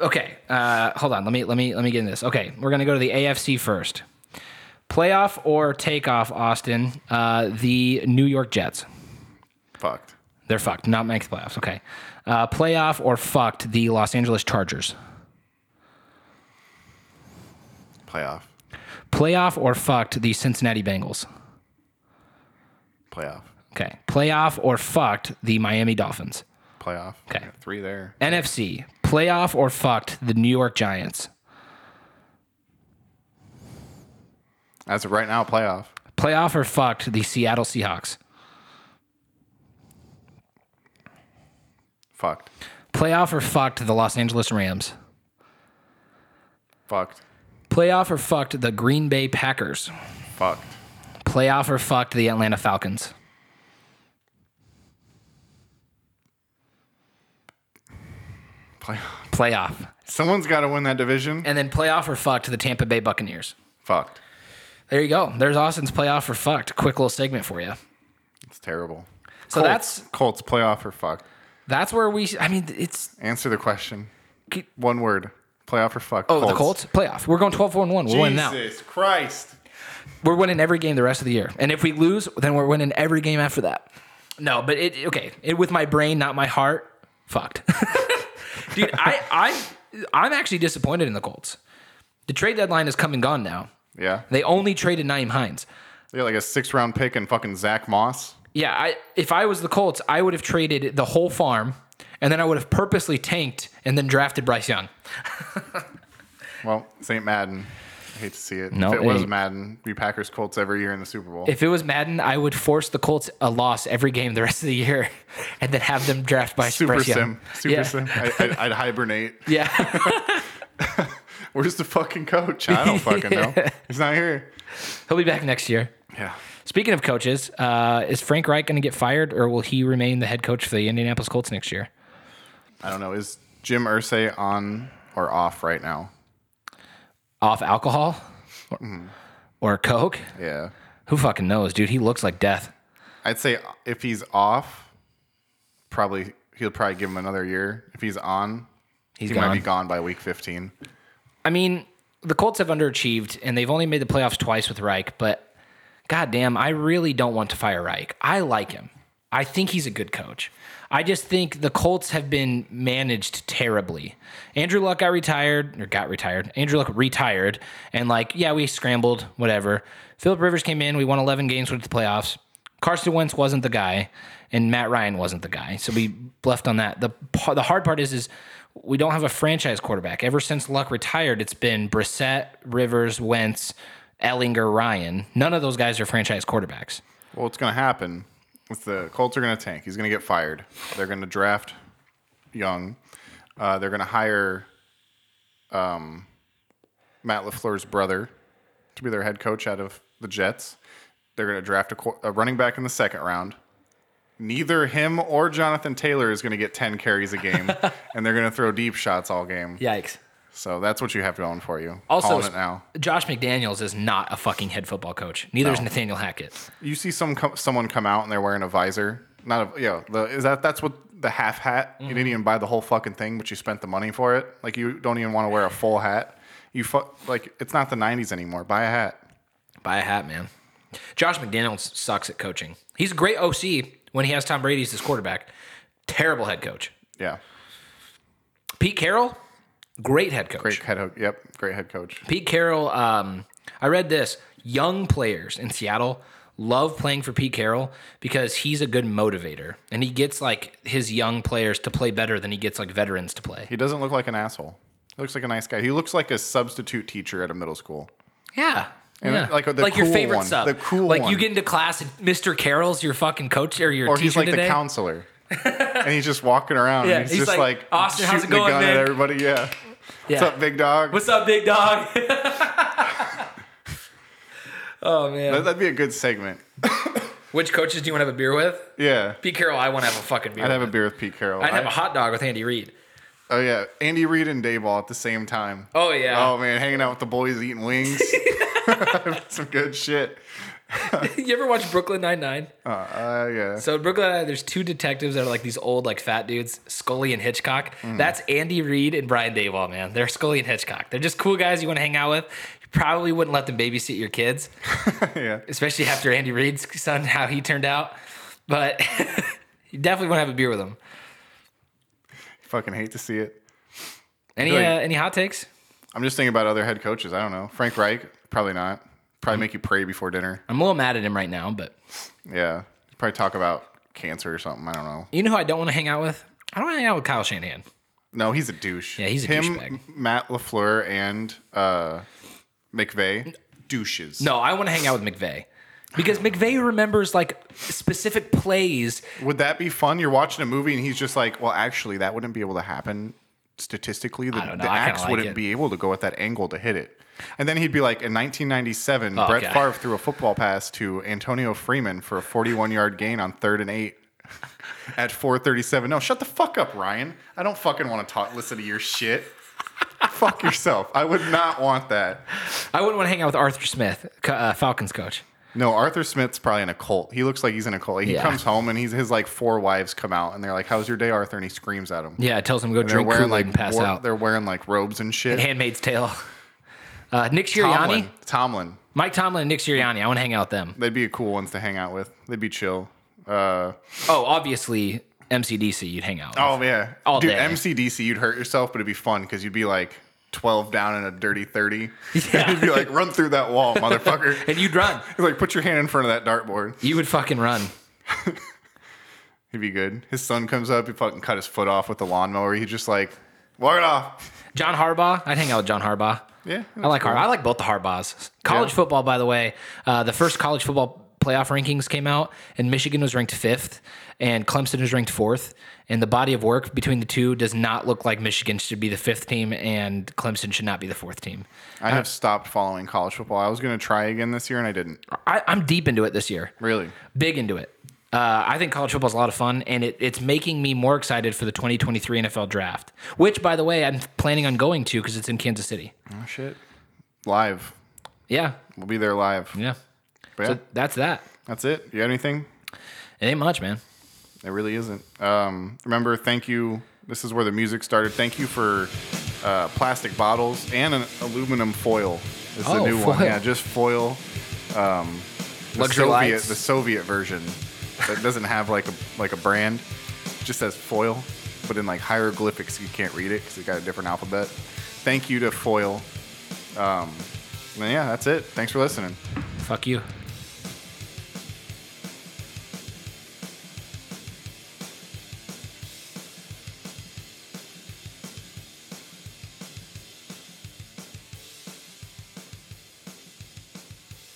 Speaker 2: Okay, uh, hold on. Let me let me let me get in this. Okay, we're gonna go to the AFC first. Playoff or takeoff, Austin. Uh, the New York Jets.
Speaker 1: Fucked.
Speaker 2: They're fucked. Not make the playoffs. Okay. Uh, playoff or fucked. The Los Angeles Chargers.
Speaker 1: Playoff.
Speaker 2: Playoff or fucked. The Cincinnati Bengals.
Speaker 1: Playoff.
Speaker 2: Okay. Playoff or fucked. The Miami Dolphins.
Speaker 1: Playoff.
Speaker 2: Okay.
Speaker 1: Got Three there.
Speaker 2: NFC. Playoff or fucked. The New York Giants.
Speaker 1: As of right now, playoff.
Speaker 2: Playoff or fucked. The Seattle Seahawks.
Speaker 1: Fucked.
Speaker 2: Playoff or fucked the Los Angeles Rams.
Speaker 1: Fucked.
Speaker 2: Playoff or fucked the Green Bay Packers.
Speaker 1: Fucked.
Speaker 2: Playoff or fucked the Atlanta Falcons.
Speaker 1: Playoff.
Speaker 2: Playoff.
Speaker 1: Someone's got to win that division.
Speaker 2: And then playoff or fucked the Tampa Bay Buccaneers.
Speaker 1: Fucked.
Speaker 2: There you go. There's Austin's playoff or fucked. Quick little segment for you.
Speaker 1: It's terrible.
Speaker 2: So
Speaker 1: Colts.
Speaker 2: that's
Speaker 1: Colts playoff or fucked.
Speaker 2: that's where we. I mean, it's
Speaker 1: Answer the question.
Speaker 2: Keep-
Speaker 1: One word. Playoff or fuck.
Speaker 2: oh the Colts playoff. We're going 12 4 and one. We're winning now.
Speaker 1: Jesus Christ.
Speaker 2: We're winning every game the rest of the year. And if we lose, then we're winning every game after that. No, but it okay. It with my brain, not my heart. Fucked, dude. I I I'm actually disappointed in the Colts. The trade deadline is come and gone now.
Speaker 1: Yeah.
Speaker 2: They only traded Naeem Hines.
Speaker 1: They got like a six round pick and fucking Zach Moss.
Speaker 2: Yeah, I if I was the Colts, I would have traded the whole farm, and then I would have purposely tanked and then drafted Bryce Young.
Speaker 1: Well, it's ain't Madden. I hate to see it.
Speaker 2: No,
Speaker 1: if it
Speaker 2: it
Speaker 1: was
Speaker 2: ain't.
Speaker 1: Madden, be Packers Colts every year in the Super Bowl.
Speaker 2: If it was Madden, I would force the Colts a loss every game the rest of the year, and then have them draft Bryce,
Speaker 1: Super
Speaker 2: Bryce Young.
Speaker 1: Sim. Super
Speaker 2: yeah.
Speaker 1: Sim. I, I'd, I'd hibernate.
Speaker 2: Yeah.
Speaker 1: Where's the fucking coach? I don't fucking know. He's not here.
Speaker 2: He'll be back next year.
Speaker 1: Yeah.
Speaker 2: Speaking of coaches, uh, is Frank Reich going to get fired, or will he remain the head coach for the Indianapolis Colts next year?
Speaker 1: I don't know. Is Jim Ursay on or off right now?
Speaker 2: Off alcohol or, or coke?
Speaker 1: Yeah.
Speaker 2: Who fucking knows, dude? He looks like death.
Speaker 1: I'd say if he's off, probably he'll probably give him another year. If he's on,
Speaker 2: He's
Speaker 1: he
Speaker 2: gone.
Speaker 1: might be gone by week 15.
Speaker 2: I mean, the Colts have underachieved and they've only made the playoffs twice with Reich, but goddamn, I really don't want to fire Reich. I like him. I think he's a good coach. I just think the Colts have been managed terribly. Andrew Luck got retired or got retired. Andrew Luck retired and like, yeah, we scrambled, whatever. Philip Rivers came in, we won 11 games with the playoffs. Carson Wentz wasn't the guy, and Matt Ryan wasn't the guy. So we left on that. the par- The hard part is, is we don't have a franchise quarterback. Ever since Luck retired, it's been Brissett, Rivers, Wentz, Ellinger, Ryan. None of those guys are franchise quarterbacks.
Speaker 1: Well, what's going to happen is the Colts are going to tank. He's going to get fired. They're going to draft Young. Uh, they're going to hire um, Matt LaFleur's brother to be their head coach out of the Jets. They're going to draft a, qu- a running back in the second round. Neither him or Jonathan Taylor is going to get 10 carries a game, and they're going to throw deep shots all game.
Speaker 2: Yikes!
Speaker 1: So that's what you have going for you.
Speaker 2: Also-
Speaker 1: Calling it now.
Speaker 2: Josh McDaniels is not a fucking head football coach. Neither is Nathaniel Hackett.
Speaker 1: You see some co- someone come out and they're wearing a visor. Not a yo. The, is that that's what the half hat? You
Speaker 2: Mm-hmm.
Speaker 1: didn't even buy the whole fucking thing, but you spent the money for it. Like you don't even want to wear a full hat. You fu- like it's not the '90s anymore. Buy a hat.
Speaker 2: Buy a hat, man. Josh McDaniels sucks at coaching. He's a great OC when he has Tom Brady as his quarterback. Terrible head coach.
Speaker 1: Yeah.
Speaker 2: Pete Carroll, great head coach.
Speaker 1: Great head. ho- Yep. Great head coach.
Speaker 2: Pete Carroll, um, I read this. Young players in Seattle love playing for Pete Carroll because he's a good motivator and he gets like his young players to play better than he gets like veterans to play.
Speaker 1: He doesn't look like an asshole. He looks like a nice guy. He looks like a substitute teacher at a middle school.
Speaker 2: Yeah.
Speaker 1: And,
Speaker 2: yeah.
Speaker 1: like, the
Speaker 2: your
Speaker 1: cool
Speaker 2: favorite
Speaker 1: one.
Speaker 2: sub.
Speaker 1: The cool
Speaker 2: like
Speaker 1: one.
Speaker 2: you get into class and Mr. Carroll's your fucking coach or your
Speaker 1: Or
Speaker 2: teacher
Speaker 1: he's like
Speaker 2: today.
Speaker 1: the counselor. and he's just walking around.
Speaker 2: Yeah,
Speaker 1: and he's,
Speaker 2: he's
Speaker 1: just
Speaker 2: like,
Speaker 1: like,
Speaker 2: "Austin, how's it
Speaker 1: shooting the
Speaker 2: going,
Speaker 1: gun at
Speaker 2: man?"
Speaker 1: everybody. Yeah.
Speaker 2: Yeah.
Speaker 1: What's up, big dog?
Speaker 2: What's up, big dog? oh man.
Speaker 1: That'd be a good segment.
Speaker 2: Which coaches do you want to have a beer with?
Speaker 1: Yeah.
Speaker 2: Pete Carroll, I want to have a fucking beer.
Speaker 1: I'd
Speaker 2: with.
Speaker 1: have a beer with Pete Carroll.
Speaker 2: I'd have
Speaker 1: I-
Speaker 2: a hot dog with Andy Reid.
Speaker 1: Oh yeah, Andy Reid and Dayball at the same time.
Speaker 2: Oh yeah.
Speaker 1: Oh man, hanging out with the boys eating wings. Some good shit.
Speaker 2: you ever watch Brooklyn Nine Nine?
Speaker 1: Uh, uh, yeah.
Speaker 2: So in Brooklyn Nine-Nine, there's two detectives that are like these old like fat dudes, Scully and Hitchcock. That's Andy Reid and Brian Dayball, man. They're Scully and Hitchcock. They're just cool guys you want to hang out with. You probably wouldn't let them babysit your kids,
Speaker 1: yeah.
Speaker 2: especially after Andy Reid's son, how he turned out. But you definitely want to have a beer with them.
Speaker 1: Fucking hate to see it.
Speaker 2: Any uh,
Speaker 1: Really?
Speaker 2: any hot takes?
Speaker 1: I'm just thinking about other head coaches. I don't know. Frank Reich, probably not. Probably make you pray before dinner.
Speaker 2: I'm a little mad at him right now, but
Speaker 1: Yeah. Probably talk about cancer or something. I don't know.
Speaker 2: you know who I don't want to hang out with? I don't want to hang out with Kyle Shanahan.
Speaker 1: No, he's a douche.
Speaker 2: Yeah, he's a
Speaker 1: Him,
Speaker 2: douchebag.
Speaker 1: M- Matt Lafleur, and uh, McVay, douches.
Speaker 2: No, I want to hang out with McVay because McVay remembers like specific plays.
Speaker 1: Would that be fun? You're watching a movie and he's just like, well, actually, that wouldn't be able to happen statistically. The,
Speaker 2: don't know.
Speaker 1: the
Speaker 2: I kinda
Speaker 1: axe
Speaker 2: like
Speaker 1: wouldn't
Speaker 2: it.
Speaker 1: be able to go at that angle to hit it. And then he'd be like, in 1997,
Speaker 2: Oh,
Speaker 1: Brett
Speaker 2: God.
Speaker 1: Favre threw a football pass to Antonio Freeman for a 41 yard gain on third and eight. at 4:37. No, shut the fuck up, Ryan. I don't fucking want to talk. Listen to your shit. fuck yourself. I would not want that.
Speaker 2: I wouldn't want to hang out with Arthur Smith, co- uh, Falcons coach.
Speaker 1: No, Arthur Smith's probably in a cult. He looks like he's in a cult. He
Speaker 2: Yeah.
Speaker 1: comes home and he's his like four wives come out and they're like, "How's your day, Arthur?" And he screams at them.
Speaker 2: Yeah, tells him to go
Speaker 1: They're
Speaker 2: drink Kool
Speaker 1: wearing
Speaker 2: Aid
Speaker 1: like
Speaker 2: and pass
Speaker 1: wor-
Speaker 2: out.
Speaker 1: They're wearing like robes and shit.
Speaker 2: Handmaid's Tale. Uh, Nick Sirianni,
Speaker 1: Tomlin, Tomlin,
Speaker 2: Mike Tomlin, and Nick Sirianni. I want to hang out with them.
Speaker 1: they'd be cool ones to hang out with. They'd be chill. Uh,
Speaker 2: Oh, obviously MCDC. You'd hang out. With.
Speaker 1: oh yeah,
Speaker 2: All
Speaker 1: dude.
Speaker 2: day.
Speaker 1: MCDC, you'd hurt yourself, but it'd be fun because you'd be like twelve down in a dirty thirty. Yeah. you'd be like, "Run through that wall, motherfucker!"
Speaker 2: and you'd run.
Speaker 1: like, put your hand in front of that dartboard.
Speaker 2: You would fucking run.
Speaker 1: He'd be good. His son comes up, he fucking cut his foot off with the lawnmower. He's just like, "Walk it off."
Speaker 2: John Harbaugh. I'd hang out with John Harbaugh.
Speaker 1: Yeah,
Speaker 2: I like Har- I like both the Harbaughs. College
Speaker 1: Yeah.
Speaker 2: football, by the way, uh, the first college football playoff rankings came out, and Michigan was ranked fifth, and Clemson was ranked fourth. And the body of work between the two does not look like Michigan should be the fifth team, and Clemson should not be the fourth team.
Speaker 1: I have stopped following college football. I was gonna try again this year, and I didn't.
Speaker 2: I, I'm deep into it this year.
Speaker 1: Really?
Speaker 2: big into it. Uh, I think college football is a lot of fun, and it, it's making me more excited for the 2023 NFL draft, which, by the way, I'm planning on going to because it's in Kansas City.
Speaker 1: Oh shit. Live.
Speaker 2: Yeah,
Speaker 1: We'll be there live.
Speaker 2: yeah.
Speaker 1: But yeah,
Speaker 2: So that's that.
Speaker 1: that's it. You got anything?
Speaker 2: It ain't much, man.
Speaker 1: It really isn't. Um, remember, thank you. This is where the music started. Thank you for uh, plastic bottles and an aluminum foil. Is the
Speaker 2: Oh,
Speaker 1: new one.
Speaker 2: foil.
Speaker 1: Yeah, just foil. Um, the
Speaker 2: Luxury
Speaker 1: Soviet,
Speaker 2: lights.
Speaker 1: the Soviet version that doesn't have like a like a brand. Just says foil, but in like hieroglyphics you can't read it because it got a different alphabet. Thank you to foil. Um, and yeah, that's it. Thanks for listening.
Speaker 2: Fuck you.